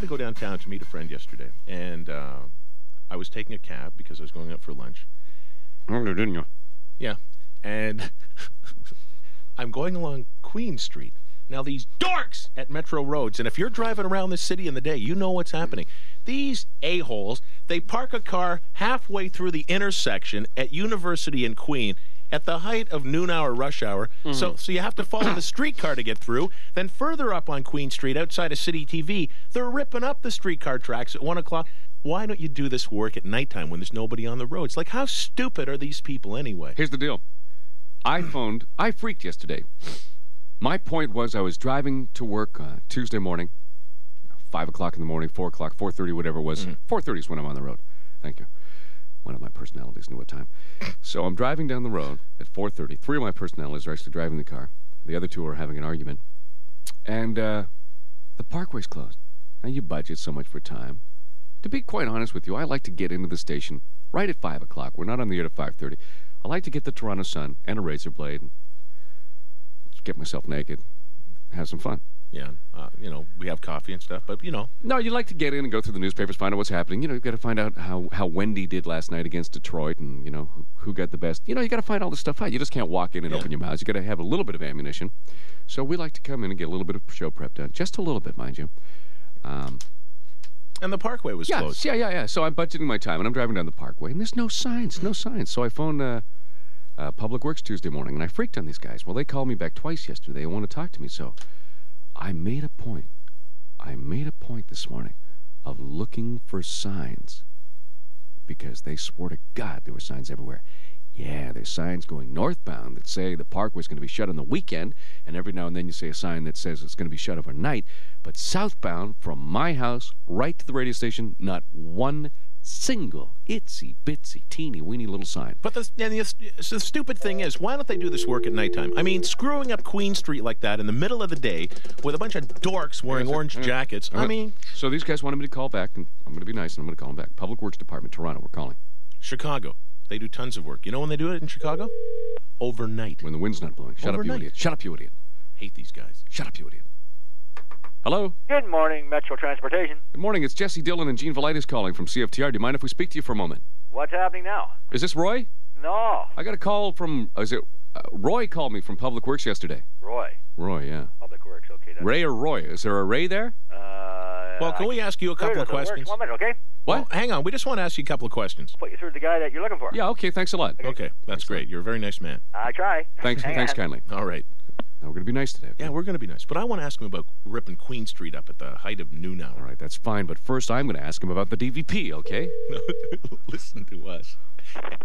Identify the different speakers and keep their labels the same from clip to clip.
Speaker 1: to go downtown to meet a friend yesterday, and uh, I was taking a cab because I was going out for lunch.
Speaker 2: Order, didn't you?
Speaker 1: Yeah, and I'm going along Queen Street. Now these dorks at Metro Roads, and if you're driving around this city in the day, you know what's happening. These a holes, they park a car halfway through the intersection at University and Queen at the height of noon hour rush hour. So, so you have to follow the streetcar to get through. Then further up on Queen Street, outside of City TV, they're ripping up the streetcar tracks at one o'clock. Why don't you do this work at nighttime when there's nobody on the roads? Like, how stupid are these people anyway?
Speaker 2: Here's the deal. I phoned. I freaked yesterday. My point was, I was driving to work uh, Tuesday morning, five o'clock in the morning, four o'clock, four thirty, whatever it was. Four thirty is when I'm on the road. Thank you. One of my personalities knew what time. So I'm driving down the road at four thirty. Three of my personalities are actually driving the car. The other two are having an argument, and uh, the parkway's closed. Now you budget so much for time. To be quite honest with you, I like to get into the station right at five o'clock. We're not on the air at five thirty. I like to get the Toronto Sun and a razor blade and get myself naked, have some fun.
Speaker 1: Yeah, uh, you know, we have coffee and stuff, but you know,
Speaker 2: No, you like to get in and go through the newspapers, find out what's happening. You know, you got to find out how, how Wendy did last night against Detroit, and you know who, who got the best. You know, you got to find all this stuff out. You just can't walk in and
Speaker 1: Yeah.
Speaker 2: open your mouth. You got to have a little bit of ammunition. So we like to come in and get a little bit of show prep done, just a little bit, mind you. Um,
Speaker 1: and the parkway was
Speaker 2: yeah,
Speaker 1: closed.
Speaker 2: yeah, yeah, yeah. So I'm budgeting my time, and I'm driving down the Parkway, and there's no signs, no signs. So I phoned uh, uh, Public Works Tuesday morning, and I freaked on these guys. Well, they called me back twice yesterday. They want to talk to me, so I made a point. I made a point this morning of looking for signs because they swore to God there were signs everywhere. Yeah, there's signs going northbound that say the parkway's going to be shut on the weekend, and every now and then you see a sign that says it's going to be shut overnight. But southbound from my house right to the radio station, not one single itsy bitsy teeny weeny little sign.
Speaker 1: But the, and the, so the stupid thing is, why don't they do this work at nighttime? I mean, screwing up Queen Street like that in the middle of the day with a bunch of dorks wearing
Speaker 2: Yes,
Speaker 1: orange
Speaker 2: yeah.
Speaker 1: jackets. I
Speaker 2: Uh,
Speaker 1: mean,
Speaker 2: So these guys wanted me to call back, and I'm going to be nice, and I'm going to call them back. Public Works Department, Toronto, we're calling
Speaker 1: Chicago, they do tons of work. You know when they do it in Chicago? Overnight.
Speaker 2: when the wind's not blowing. Shut up,
Speaker 1: Overnight.
Speaker 2: you idiot! Shut up, you idiot!
Speaker 1: Hate these guys.
Speaker 2: Shut up, you idiot! Hello.
Speaker 3: Good morning, Metro Transportation.
Speaker 2: Good morning. It's Jesse Dillon and Gene Velitis calling from CFTR. Do you mind if we speak to you for a moment?
Speaker 3: What's happening now?
Speaker 2: Is this Roy?
Speaker 3: No,
Speaker 2: I got a call from. Is it uh, Roy? Called me from Public Works yesterday.
Speaker 3: Roy,
Speaker 2: Roy, yeah.
Speaker 3: Public Works. Okay, that's
Speaker 2: Ray or Roy? Is there a Ray there?
Speaker 3: Uh,
Speaker 1: Well, can we ask you a couple of questions?
Speaker 3: One minute, okay?
Speaker 1: Well, hang on. We just want to ask you a couple of questions.
Speaker 3: Put you through to the guy that you're looking for.
Speaker 2: Yeah. Okay. Thanks a lot.
Speaker 1: Okay, that's great. You're a very nice man.
Speaker 3: I try.
Speaker 2: Thanks.
Speaker 3: Hang
Speaker 2: thanks
Speaker 3: on.
Speaker 2: kindly.
Speaker 1: All right.
Speaker 2: Now we're gonna be nice today. okay?
Speaker 1: Yeah, we're going to be nice. But I want to ask him about ripping Queen Street up at the height of noon
Speaker 2: All
Speaker 1: hour.
Speaker 2: right. That's fine. But first, I'm gonna ask him about the DVP. Okay.
Speaker 1: Listen to us.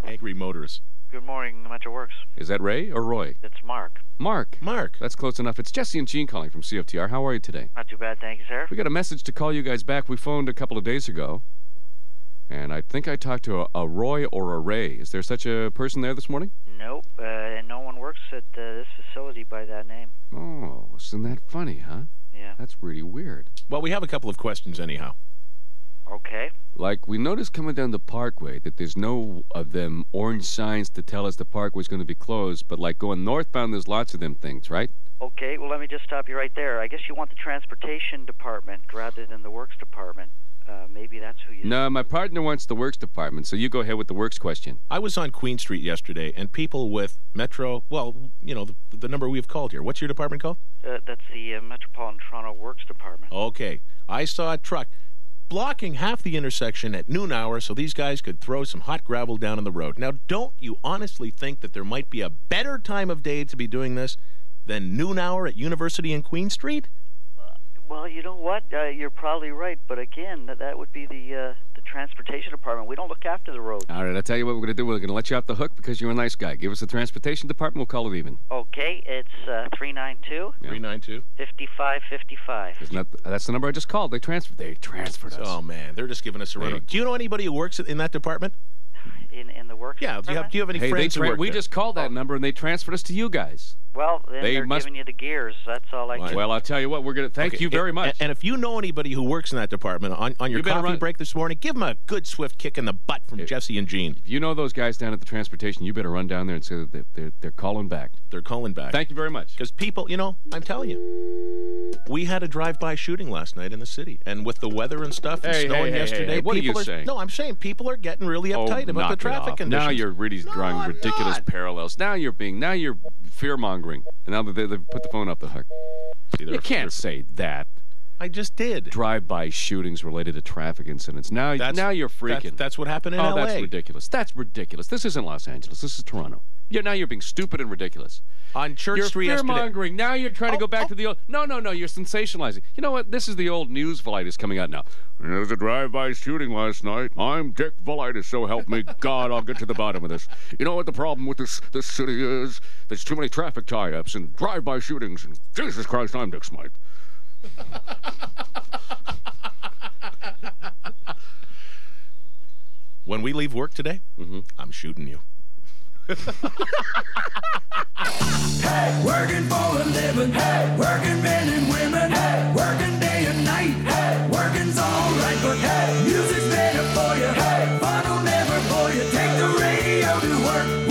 Speaker 1: Angry motorists.
Speaker 4: Good morning, Metro Works.
Speaker 2: Is that Ray or Roy?
Speaker 4: It's Mark.
Speaker 2: Mark.
Speaker 1: Mark.
Speaker 2: That's close enough. It's Jesse and Gene calling from CFTR. How are you today?
Speaker 4: Not too bad, thank you, sir.
Speaker 2: We got a message to call you guys back. We phoned a couple of days ago, and I think I talked to a, a Roy or a Ray. Is there such a person there this morning?
Speaker 4: Nope, uh, and no one works at uh, this facility by that name.
Speaker 2: Oh, isn't that funny, huh?
Speaker 4: Yeah.
Speaker 2: That's really weird.
Speaker 1: Well, we have a couple of questions anyhow.
Speaker 4: Okay.
Speaker 2: Like, we noticed coming down the parkway that there's no of them orange signs to tell us the parkway's going to be closed, but like going northbound, there's lots of them things, right?
Speaker 4: Okay, well, let me just stop you right there. I guess you want the transportation department rather than the works department. Uh, maybe that's who you.
Speaker 2: No, my partner wants the works department, so you go ahead with the works question.
Speaker 1: I was on Queen Street yesterday, and people with Metro, well, you know, the, the number we've called here. What's your department called?
Speaker 4: Uh, that's the uh, Metropolitan Toronto Works Department.
Speaker 1: Okay. I saw a truck blocking half the intersection at noon hour so these guys could throw some hot gravel down on the road. Now, don't you honestly think that there might be a better time of day to be doing this than noon hour at University and Queen Street?
Speaker 4: Well, you know what? Uh, you're probably right, but again, that, that would be the uh, the transportation department. We don't look after the roads.
Speaker 2: All right, I'll tell you what we're going to do. We're going to let you off the hook because you're a nice guy. Give us the transportation department, we'll call it even.
Speaker 4: Okay, it's uh, 392
Speaker 2: Yeah.
Speaker 1: 392?
Speaker 4: 5555.
Speaker 2: Isn't that, that's the number I just called. They transferred. They transferred us.
Speaker 1: Oh, man. They're just giving us a
Speaker 2: They-
Speaker 1: run. Do you know anybody who works in that department?
Speaker 4: in in the works.
Speaker 1: Yeah. Do you have, do you have any
Speaker 2: hey, they
Speaker 1: friends who
Speaker 2: tra-
Speaker 1: work
Speaker 2: we
Speaker 1: there?
Speaker 2: Oh. just called that number and they transferred us to you guys.
Speaker 4: Well, then
Speaker 2: They
Speaker 4: they are
Speaker 2: must-
Speaker 4: giving you the gears. That's all I can.
Speaker 2: Well, I'll tell you what. We're gonna thank
Speaker 1: Okay,
Speaker 2: you very
Speaker 1: and-
Speaker 2: much.
Speaker 1: And, if you know anybody who works in that department on, on your
Speaker 2: You better
Speaker 1: coffee
Speaker 2: run.
Speaker 1: break this morning, give them a good swift kick in the butt from Jesse and Gene.
Speaker 2: if you know those guys down at the transportation, you better run down there and say that they're, they're, they're calling back.
Speaker 1: They're calling back.
Speaker 2: Thank you very much.
Speaker 1: Because people, you know, I'm telling you, we had a drive-by shooting last night in the city, and with the weather and stuff and
Speaker 2: Hey,
Speaker 1: snowing
Speaker 2: hey, hey,
Speaker 1: yesterday,
Speaker 2: hey, what are you
Speaker 1: people
Speaker 2: saying? Oh,
Speaker 1: No, I'm saying people are getting really uptight about
Speaker 2: knock
Speaker 1: the
Speaker 2: it
Speaker 1: traffic
Speaker 2: off.
Speaker 1: conditions.
Speaker 2: Now you're really drawing
Speaker 1: I'm
Speaker 2: ridiculous
Speaker 1: not.
Speaker 2: parallels. Now you're being, now you're fear mongering. And now that they, they've put the phone up the hook.
Speaker 1: See, they're-
Speaker 2: You can't say that.
Speaker 1: I just did.
Speaker 2: Drive-by shootings related to traffic incidents. Now,
Speaker 1: That's-
Speaker 2: now you're
Speaker 1: That's,
Speaker 2: freaking.
Speaker 1: that's what happened in
Speaker 2: oh,
Speaker 1: L.A.
Speaker 2: that's ridiculous. That's ridiculous. This isn't Los Angeles. This is Toronto. Yeah, now you're being stupid and ridiculous.
Speaker 1: On Church
Speaker 2: You're
Speaker 1: Street yesterday.
Speaker 2: fear-mongering. Now you're trying to
Speaker 1: Oh,
Speaker 2: go back
Speaker 1: oh.
Speaker 2: to the old. No, no, no. You're sensationalizing. You know what? This is the old news Velitis coming out now. There's a drive-by shooting last night. I'm Dick Velitis, so help me God, I'll get to the bottom of this. You know what the problem with this this city is? There's too many traffic tie-ups and drive-by shootings. And Jesus Christ, I'm Dick Smythe.
Speaker 1: When we leave work today,
Speaker 2: Mm-hmm.
Speaker 1: I'm shooting you.
Speaker 5: Working for a living. Hey, working men and women. Hey, working day and night. Hey, working's alright, but hey, music's better for you. Hey, fun will never bore you. Take the radio to work.